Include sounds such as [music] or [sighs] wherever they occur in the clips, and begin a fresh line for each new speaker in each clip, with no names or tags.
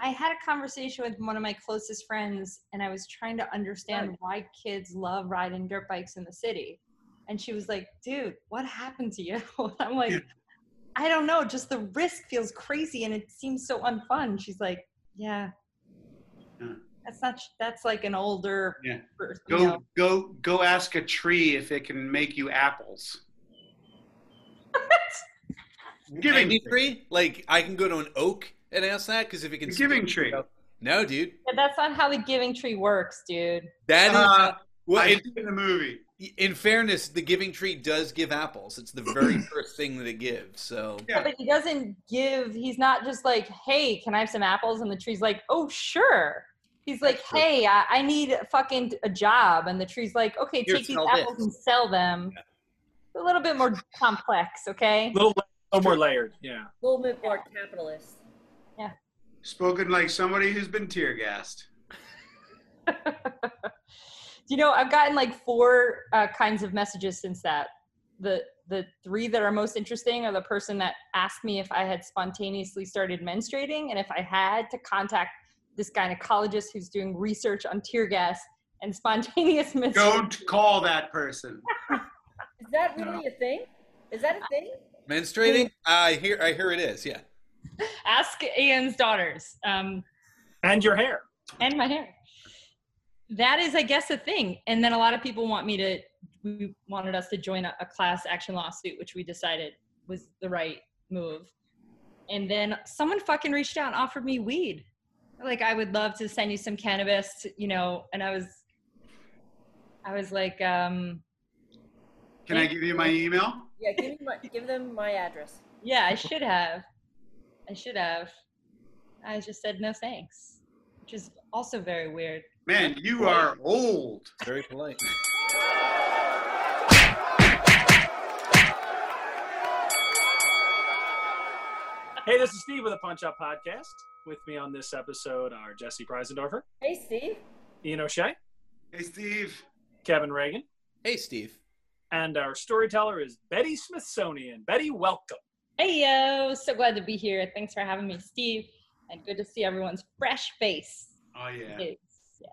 I had a conversation with one of my closest friends, and I was trying to understand why kids love riding dirt bikes in the city. And she was like, dude, what happened to you? [laughs] I'm like,
Yeah.
I don't know. Just the risk feels crazy and it seems so unfun. She's like, yeah.
Yeah.
That's not, that's like an older.
Yeah.
person, you
Go
know.
go go ask a tree if it can make you apples. giving
Any tree? Like I can go to an oak and ask that because if it can.
The giving tree.
No, dude.
Yeah, that's not how the giving tree works, dude.
That is.
Uh,
well,
I
in,
see in the movie.
in fairness, the giving tree does give apples. It's the
[clears throat]
very first thing that it gives. So
Yeah.
But he doesn't give, he's not just like, hey, can I have some apples? And the tree's like, oh, sure. He's like,
That's true.
hey, I, I need a fucking a job. And the tree's like, okay,
Here,
take these
smell
apples
this.
and sell them. A little bit more complex, okay?
A little, a little more layered. Yeah.
little bit more capitalist.
Spoken like somebody who's been tear gassed.
you know, I've gotten like four uh, kinds of messages since that. The the three that are most interesting are the person that asked me if I had spontaneously started menstruating and if I had to contact this gynecologist who's doing research on tear gas and [laughs] spontaneous menstruation.
Don't call that person.
Is that really a thing? Is that a thing?
menstruating, I hear. I hear it is. Yeah.
Ask Ian's daughters. Um,
And your hair.
and my hair. That is, I guess, a thing. And then a lot of people want me to, we wanted us to join a, a class action lawsuit, which we decided was the right move. And then someone fucking reached out and offered me weed. Like, I would love to send you some cannabis, you know. And I was, I was like, um,
Can I give you my email?
Yeah, give, me my, give them my address.
yeah, I should have. I should have. I just said no thanks, which is also very weird.
Man, you are old.
Very polite.
Hey, this is Steve with the Punch Up Podcast. With me on this episode are Jesse Preisendorfer,
Hey, Steve.
Ian O'Shea,
Hey, Steve.
Kevin Reagan,
Hey, Steve.
and our storyteller is Betty Smithsonian. Betty, welcome.
Hey yo, so glad to be here. Thanks for having me, Steve. And good to see everyone's fresh face.
Oh yeah.
Yes, yeah.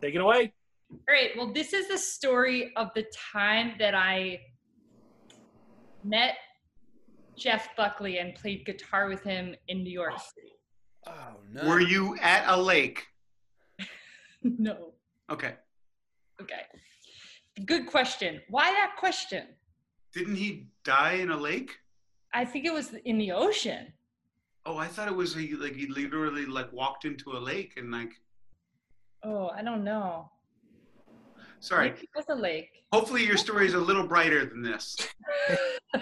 Take it away.
All right, well, this is the story of the time that I met Jeff Buckley and played guitar with him in New York City.
Oh no.
Were you at a lake?
[laughs] no.
Okay.
Okay. Good question. Why that question?
Didn't he die in a lake?
I think it was in the ocean.
Oh, I thought it was he, like he literally like walked into a lake and like.
Oh, I don't know.
Sorry.
Maybe it was a lake.
Hopefully your story is a little brighter than this.
[laughs]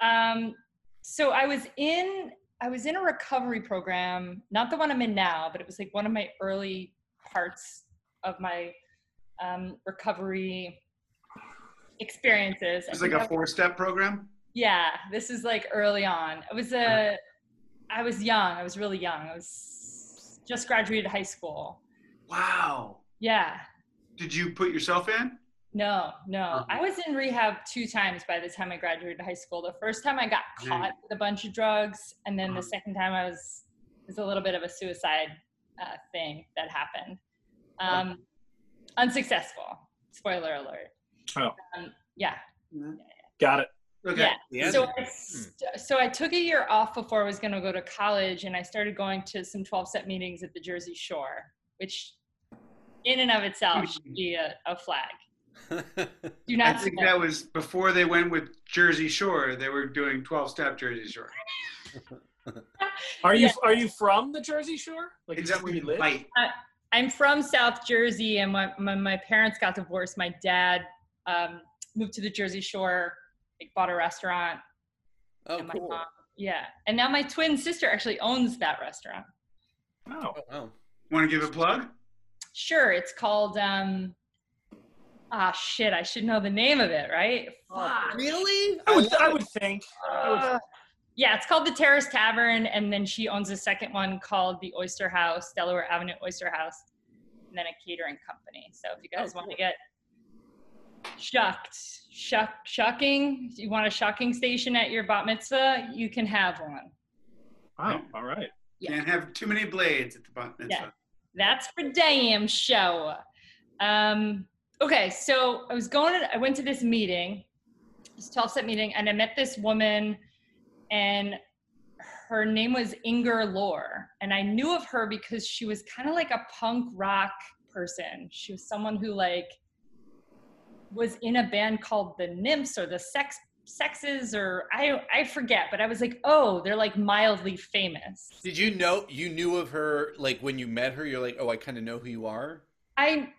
um, so I was in I was in a recovery program, not the one I'm in now, but it was like one of my early parts of my um, recovery experiences.
It's like a four-step program.
yeah, this is like early on. I was
Uh-huh.
a I was young. I was really young. I was just graduated high school.
Wow.
Yeah.
Did you put yourself in?
No, no.
Uh-huh.
I was in rehab two times by the time I graduated high school. The first time I got
Yeah.
caught with a bunch of drugs, and then the
Uh-huh.
second time I was it was a little bit of a suicide uh, thing that happened. Um, unsuccessful. Spoiler alert.
Oh.
Um, yeah.
Got it.
Okay. hmm.
Yeah.
Yeah.
So I, st- so I took a year off before I was going to go to college, and I started going to some 12 step meetings at the Jersey Shore, which in and of
Hmm.
itself should be a, a flag. Do
I
not
think
smoke.
that was before they went with Jersey Shore. They were doing 12-step Jersey Shore.
Are you
Yeah.
are you from the Jersey Shore? Like
Is that where you
live?
bite?
I'm from South Jersey, and when, when my parents got divorced, my dad um, moved to the Jersey Shore, like bought a restaurant.
[laughs] oh
and my
cool.
mom, yeah, and now my twin sister actually owns that restaurant.
Oh,
Oh, wow.
Want to give a plug?
Sure, it's called. Um, ah, shit, I should know the name of it, right? Fuck.
Really?
I would I would think.
Uh, yeah, it's called the Terrace Tavern, and then she owns a second one called the Oyster House, Delaware Avenue Oyster House, and then a catering company. So if you guys want to get shucked, shuck, shucking, if you want a shucking station at your bat mitzvah, you can have one.
Wow. All right.
Yeah.
Can't have too many blades at the bar. That's
Yeah.
all.
That's for damn show. Um, okay, so I was going. To, I went to this meeting, this twelve step meeting, and I met this woman, and her name was Inger Lore, and I knew of her because she was kind of like a punk rock person. She was someone who like was in a band called the Nymphs or the Sex Sexes or I I forget, but I was like, oh, they're like mildly famous.
Did you know you knew of her like when you met her? You're like, oh, I kind of know who you are.
I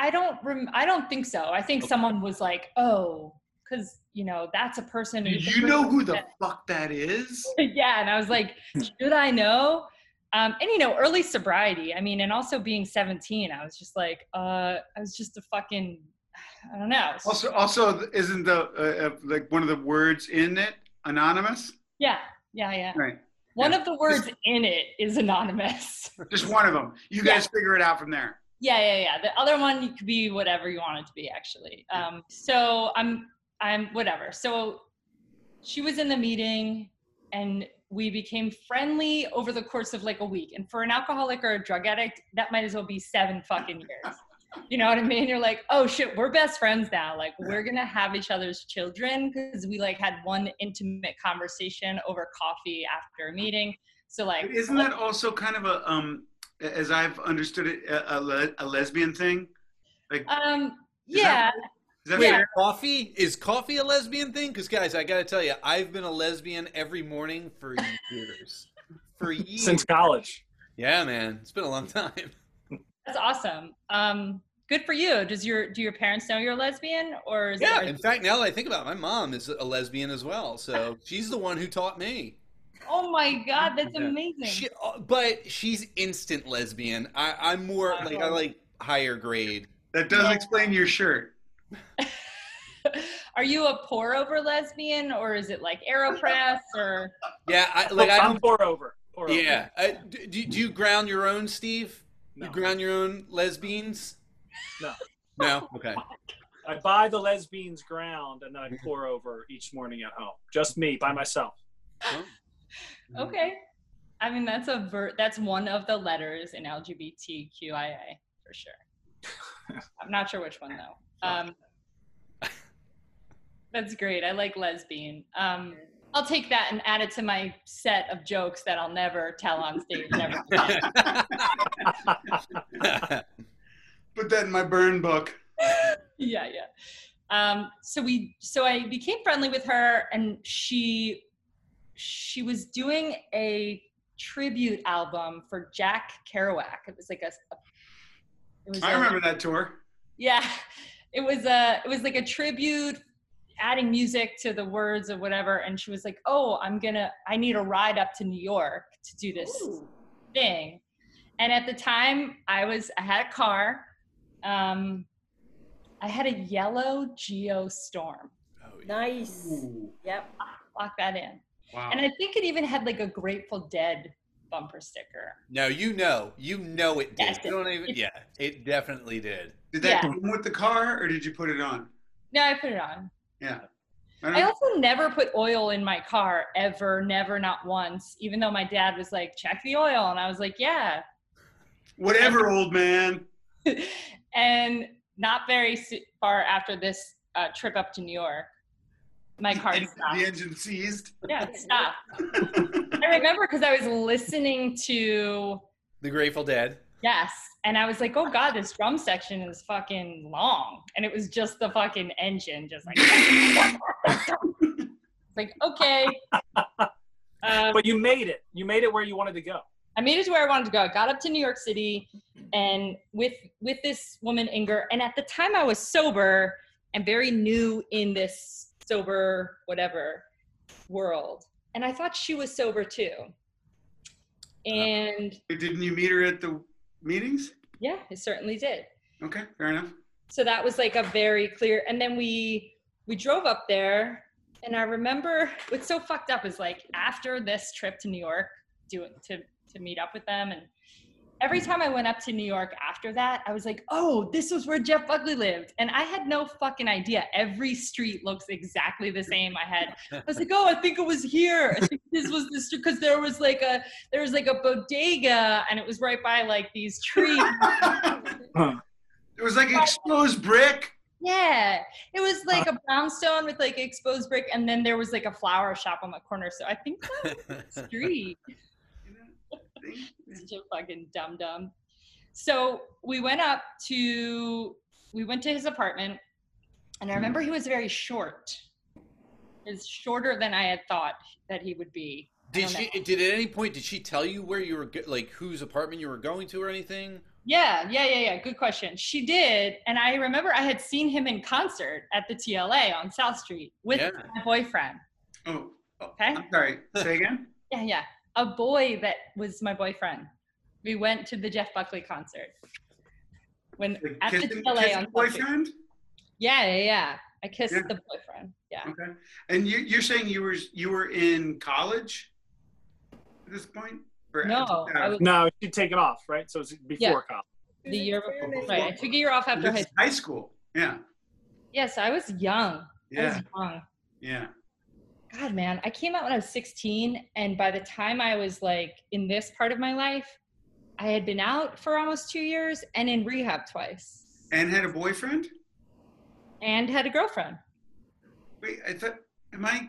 I don't rem- I don't think so. I think
Okay.
someone was like, "Oh, cuz you know, that's a person
Do you know who the fuck that is?
[laughs] Yeah, and I was like, "Should I know?" Um, and you know, early sobriety. I mean, and also being 17, I was just like, uh, I was just a fucking [sighs] I don't know.
Also, also, isn't the uh, uh, like one of the words in it anonymous?
yeah. Yeah, yeah.
Right.
One of the words in it is anonymous.
Just one of them. You guys figure it out from there.
Yeah, yeah, yeah. The other one you could be whatever you want it to be, actually. Um, so I'm, I'm whatever. So she was in the meeting, and we became friendly over the course of like a week. And for an alcoholic or a drug addict, that might as well be seven fucking
[laughs]
years. You know what I mean? You're like, oh shit, we're best friends now. Like we're gonna have each other's children because we like had one intimate conversation over coffee after a meeting. So like, oh.
But Isn't that also kind of a um, as I've understood it, a, a, le- a lesbian thing?
um,
Is that-
yeah.
Is that
Yeah.
fair?
Coffee is coffee a lesbian thing? Because guys, I gotta tell you, I've been a lesbian every morning for years. for years.
Since college.
yeah, man, it's been a long time.
That's awesome. Um, good for you. Does your do your parents know you're a lesbian or is
Yeah.
it,
In fact, now that I think about it, my mom is a lesbian as well, so she's the one who taught me.
Oh my god, that's
Yeah.
amazing.
She, uh, but she's instant lesbian. I, I'm more like I like higher grade.
That does
No.
explain your shirt.
Are you a pour over lesbian or is it like Aeropress or
Yeah, I, like I
Oh, I'm
don't.
pour over. Pour over.
Yeah, I, do, do do you ground your own, Steve?
No.
You ground your own lesbians?
No.
No. Okay.
I buy the lesbians ground and then I pour over each morning at home. Just me, by myself.
Mm-hmm.
Okay. I mean that's a ver- that's one of the letters in LGBTQIA for sure. I'm not sure which one
[laughs]
though. Um, that's great. I like lesbian. Um, I'll take that and add it to my set of jokes that I'll never tell on stage ever.
Oh,
Put that in my burn book.
yeah yeah um so we so i became friendly with her and she she was doing a tribute album for jack kerouac it was like a it was
I
a-
remember that tour.
yeah [laughs] it was a it was like a tribute adding music to the words or whatever and she was like oh i'm gonna i need a ride up to new york to do this thing. And at the time, I was I had a car. Um, I had a yellow Geo Storm.
Oh, yeah.
Nice.
Ooh,
Yep.
Lock that in.
wow.
And I think it even had like a Grateful Dead bumper sticker.
No, you know, you know it did.
Yes,
You don't even.
it-
Yeah, it definitely did.
did that
yeah.
come with the car, or did you put it on?
No, I put it on.
Yeah. Mm-hmm.
I also never put oil in my car ever, never, not once. Even though my dad was like, "Check the oil," and I was like, "Yeah," [laughs]
Whatever, old man.
and not very s- far after this uh, trip up to New York, my car
The
stopped. [laughs]
engine seized.
Yeah, it stopped. I remember because I was listening to
The Grateful
[laughs]
Dead.
Yes, and I was like, "Oh God, this drum section is fucking long," and it was just the fucking engine, just like, [laughs] like okay. Um,
But you made it. You made it where you wanted to go.
I made it to where I wanted to go. I got up to New York City, and with with this woman Inger, and at the time I was sober and very new in this sober whatever world, and I thought she was sober too. And
Didn't you meet her at the meetings?
Yeah, it certainly did.
Okay, fair enough.
So that was like a very clear. And then we we drove up there, and I remember what's so fucked up is like after this trip to New York, doing to to meet up with them, and every time I went up to New York after that, I was like, oh, this was where Jeff Buckley lived. And I had no fucking idea. Every street looks exactly the same. I had, I was like, oh, I think it was here. I think this was the street because there was like a there was like a bodega and it was right by like these trees.
it was like exposed brick.
yeah. It was like a brownstone with like exposed brick, and then there was like a flower shop on the corner. So I think that was the street. such a fucking dum dum. So we went up to we went to his apartment, and I remember he was very short. Is shorter than I had thought that he would be. I
Did
don't
she?
know.
Did at any point did she tell you where you were, go- like whose apartment you were going to or anything?
Yeah, yeah, yeah, yeah. Good question. She did, and I remember I had seen him in concert at the TLA on South Street with
Yeah.
my boyfriend.
Oh, oh,
Okay.
I'm sorry. Say again.
Yeah, yeah. A boy that was my boyfriend. We went to the Jeff Buckley concert. When
The
at the
kissing,
TLA on
kissing
South Street.
boyfriend.
Yeah, yeah, yeah. I kissed
Yeah.
the boyfriend. Yeah.
Okay. And you, you're saying you were you were in college at uh, this point? Or
No,
just
I
out?
was-
No, she'd take it off, right? So it's before
Yeah.
college.
The year before.
Experimenting.
Right. I took a year off after high
This is
school.
high school. Yeah.
Yes, I was young. I
Yeah.
was young.
Yeah.
God, man. I came out when I was 16. And by the time I was like in this part of my life, I had been out for almost two years and in rehab twice
And had a boyfriend?
and had a girlfriend.
Wait, I thought. Am I?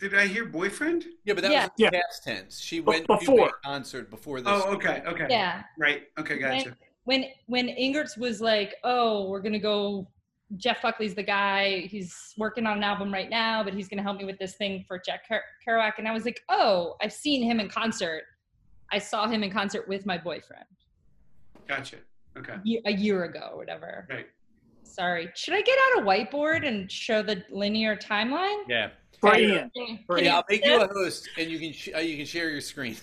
Did I hear boyfriend?
Yeah, but that
Yeah.
was in
Yeah.
past tense. She went to
before.
a concert before this.
Oh, okay, okay.
Yeah.
Right. Okay, gotcha.
When when Ingerts was like, oh, we're gonna go. Jeff Buckley's the guy. He's working on an album right now, but he's gonna help me with this thing for Jack Ker- Kerouac. And I was like, oh, I've seen him in concert. I saw him in concert with my boyfriend
Gotcha. Okay.
ye- a year ago or whatever.
Right.
Sorry. Should I get out a whiteboard and show the linear timeline?
oh.
Yeah.
For Ian.
Okay.
For
Yeah,
Ian.
I'll make you a host, and you can sh- uh, you can share your screen.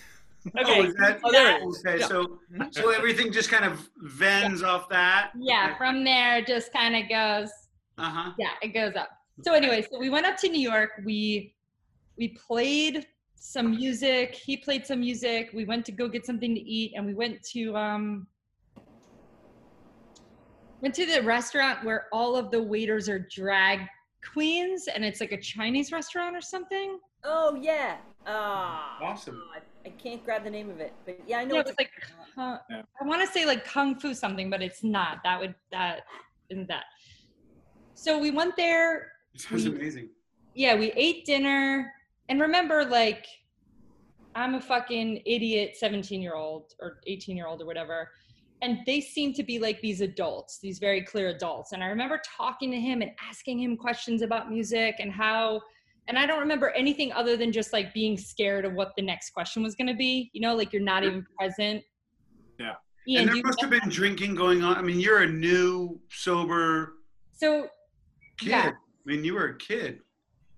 [laughs]
Oh, is that,
Oh, there it
okay,
Yeah.
so so everything just kind of vends off that.
Yeah. From there, it just kind of goes.
Uh huh.
yeah it goes up so anyway so we went up to new york we we played some music he played some music we went to go get something to eat and we went to um went to the restaurant where all of the waiters are drag queens and it's like a chinese restaurant or something
Oh yeah. Ah.
Awesome.
God, I can't grab the name of it, but yeah, I know
yeah,
it's
it's like uh,
Yeah.
I want to say like kung fu something, but it's not. That would that isn't that. So we went there.
It sounds
We-
amazing.
yeah, we ate dinner. And remember, like, I'm a fucking idiot 17 year old or 18 year old or whatever. And they seem to be like these adults, these very clear adults. And I remember talking to him and asking him questions about music and how, and I don't remember anything other than just like being scared of what the next question was going to be. You know, like you're not even present.
Yeah.
Ian,
and
do
there
you-
must have been drinking going on. I mean, you're a new sober
so
kid.
Yeah.
I mean, you were a kid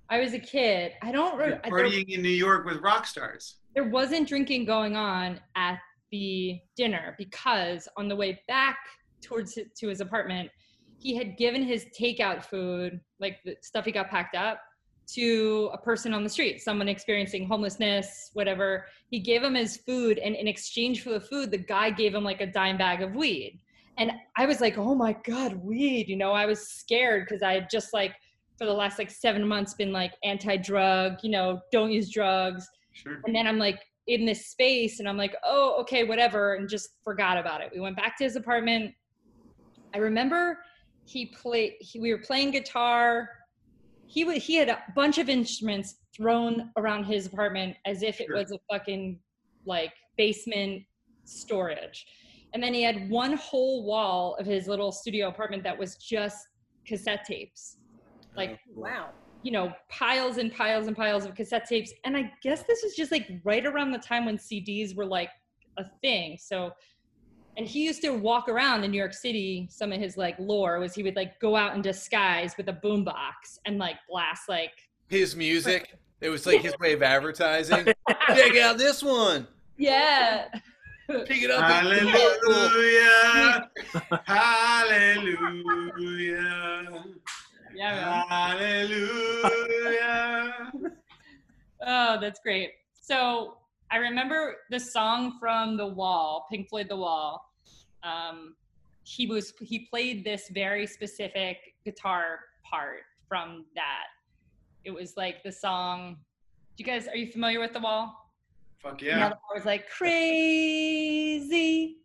I was a kid. I don't
You're
remember.
partying in New York with rock stars.
there wasn't drinking going on at the dinner because on the way back towards hi- to his apartment he had given his takeout food like the stuff he got packed up to a person on the street someone experiencing homelessness whatever he gave him his food and in exchange for the food the guy gave him like a dime bag of weed and i was like oh my god weed you know i was scared because i had just like for the last like seven months been like anti-drug you know don't use drugs
Sure.
and then I'm like in this space and I'm like, oh, okay, whatever, and just forgot about it. We went back to his apartment. I remember he played, he, we were playing guitar. He, wa- he had a bunch of instruments thrown around his apartment as if it
Sure.
was a fucking like basement storage. And then he had one whole wall of his little studio apartment that was just cassette tapes Like-
wow.
you know, piles and piles and piles of cassette tapes. And I guess this was just like right around the time when CDs were like a thing. So, and he used to walk around in New York City. Some of his like lore was he would like go out in disguise with a boombox and like blast like,
his music. It was like his way of
[laughs]
advertising. Check out this one.
yeah,
Pick it up. and-
[laughs]
Hallelujah. Hallelujah.
yeah. man.
Hallelujah.
Oh, that's great. So I remember the song from The Wall, Pink Floyd The Wall. Um, he was he played this very specific guitar part from that. It was like the song. You guys, are you familiar with The Wall?
Fuck
And
yeah.
the bar was like crazy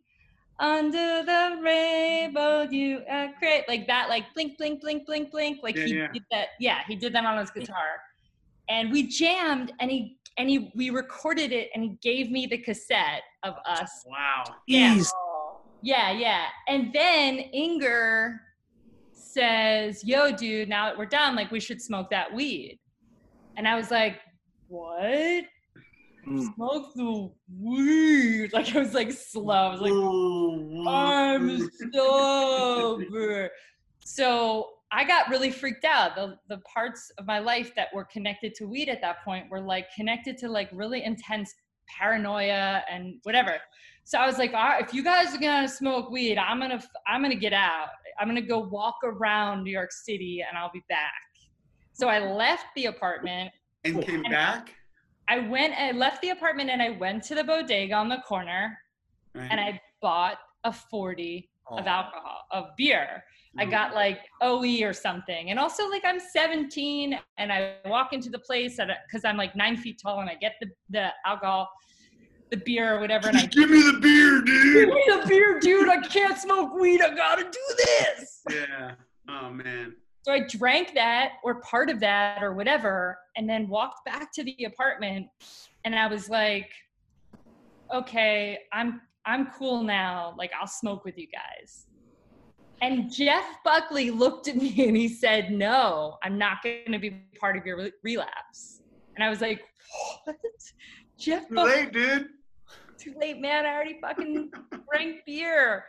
under the rainbow. You are crazy, like that, like blink, blink, blink, blink, blink. Like
Yeah,
he
yeah.
did that. Yeah, he did that on his guitar, and we jammed, and he and he we recorded it, and he gave me the cassette of us.
Wow.
Yeah.
Ease.
Yeah, yeah. And then Inger says, Yo, dude, now that we're done, like we should smoke that weed. And I was like, What?
Mm.
Smoke the weed. [laughs] Like I was like slow. I was like, I'm sober. So I got really freaked out. The the parts of my life that were connected to weed at that point were like connected to like really intense paranoia and whatever. So I was like, All right, if you guys are gonna smoke weed, I'm gonna f- I'm gonna get out. I'm gonna go walk around New York City and I'll be back. So I left the apartment
and came back.
I went, I left the apartment and I went to the bodega on the corner and I bought a 40
Oh,
of alcohol, of beer. I
Mm.
got like OE or something. And also, like, I'm 17 and I walk into the place because I'm like nine feet tall and I get the, the alcohol, the beer or whatever. And I
Give me the beer,
[laughs] give
[laughs] dude.
me the beer, dude. I can't smoke weed. I gotta do this.
yeah. Oh man.
So I drank that or part of that or whatever, and then walked back to the apartment and I was like, okay, I'm I'm cool now. Like I'll smoke with you guys. And Jeff Buckley looked at [laughs] me and he said, No, I'm not gonna be part of your re- relapse. And I was like, What? Jeff
Too
Buckley
late, dude.
too late, man. I already fucking
[laughs]
drank beer.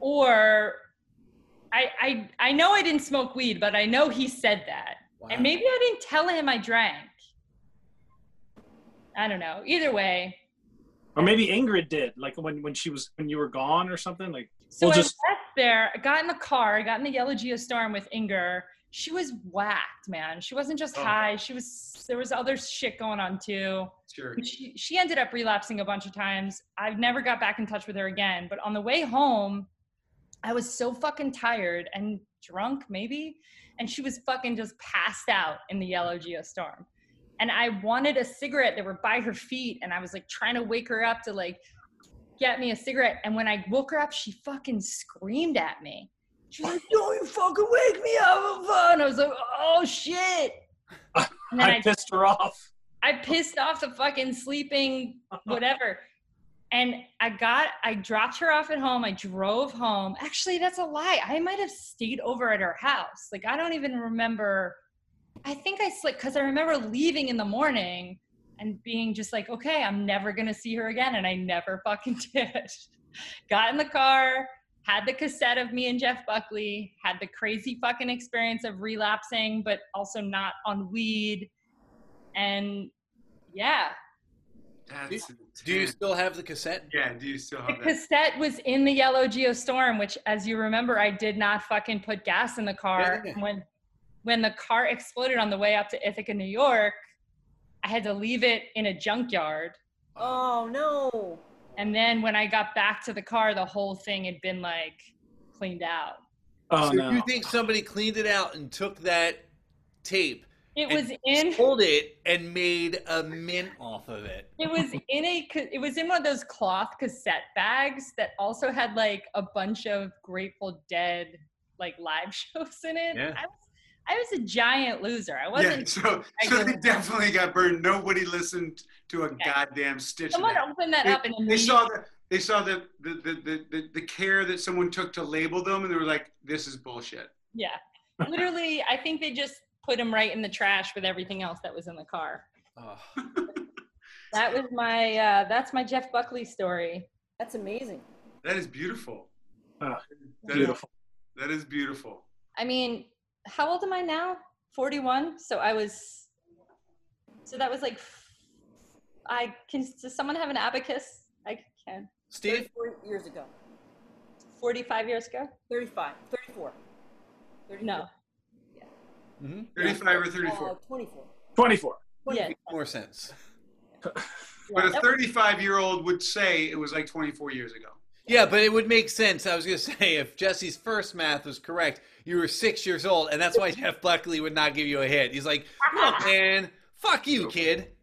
Or I, I I know I didn't smoke weed, but I know he said that. And maybe I didn't tell him I drank. I don't know. Either way.
Or maybe Ingrid did, like when when she was when you were gone or something. Like
So
Well,
I
just-
left there, I got in the car, I got in the yellow geostorm with Inger. She was whacked, man. She wasn't just
Oh.
high. She was there was other shit going on too.
Sure.
she, she ended up relapsing a bunch of times. I've never got back in touch with her again. But on the way home, I was so fucking tired and drunk, maybe. And she was fucking just passed out in the yellow geostorm. And I wanted a cigarette that were by her feet. And I was like trying to wake her up to like get me a cigarette. And when I woke her up, she fucking screamed at me. She was like, Don't you fucking wake me up. And I was like, Oh shit. And then
I pissed her off.
I pissed off the fucking sleeping whatever. And I got, I dropped her off at home. I drove home. Actually, that's a lie. I might have stayed over at her house. Like, I don't even remember. I think I slept because I remember leaving in the morning and being just like, okay, I'm never going to see her again. And I never fucking [laughs] did. got in the car, had the cassette of me and Jeff Buckley, had the crazy fucking experience of relapsing, but also not on weed. And yeah,
That's
Do you
intense.
still have the cassette?
Yeah. Do you still
the
have that?
cassette was in the yellow geostorm, which, as you remember, I did not fucking put gas in the car.
Yeah.
And When when the car exploded on the way up to Ithaca, New York, I had to leave it in a junkyard.
Oh no.
And then when I got back to the car, the whole thing had been like cleaned out.
Oh
so
no!
you think somebody cleaned it out and took that tape,
It
And
was in
sold it, and made a mint off of it?
It
[laughs]
was in a ca- it was in one of those cloth cassette bags that also had like a bunch of Grateful Dead like live [laughs] shows in it.
Yeah.
I was I was a giant loser. I
Yeah.
wasn't
So, so they definitely got burned. Nobody listened to a
Yeah.
goddamn stitch. of
someone
that.
opened that
They-
up and
they
immediately
saw the they saw the the, the, the the the care that someone took to label them and they were like this is bullshit
yeah. Literally, I think they just put him right in the trash with everything else that was in the car.
Oh,
That was my uh that's my Jeff Buckley story.
That's amazing.
that is beautiful
Ah,
That is-
Beautiful.
that is beautiful
I mean, how old am I now? 41. So I was so that was like I can does someone have an abacus? I can.
Steve,
34 years ago.
45 years ago?
35. 34. 34.
No.
Mhm.
35 or 34
Mm-hmm.
Uh, 24.
Oh,
Twenty-four.
Yes.
Makes more sense.
But a
That was-
35 year old would say it was like 24 years ago.
Yeah, but it would make sense. I was going to [laughs] say, if Jesse's first math was correct, you were
[laughs]
six years old, and that's why Jeff Buckley would not give you a hit. He's like, look, man, fuck you, kid.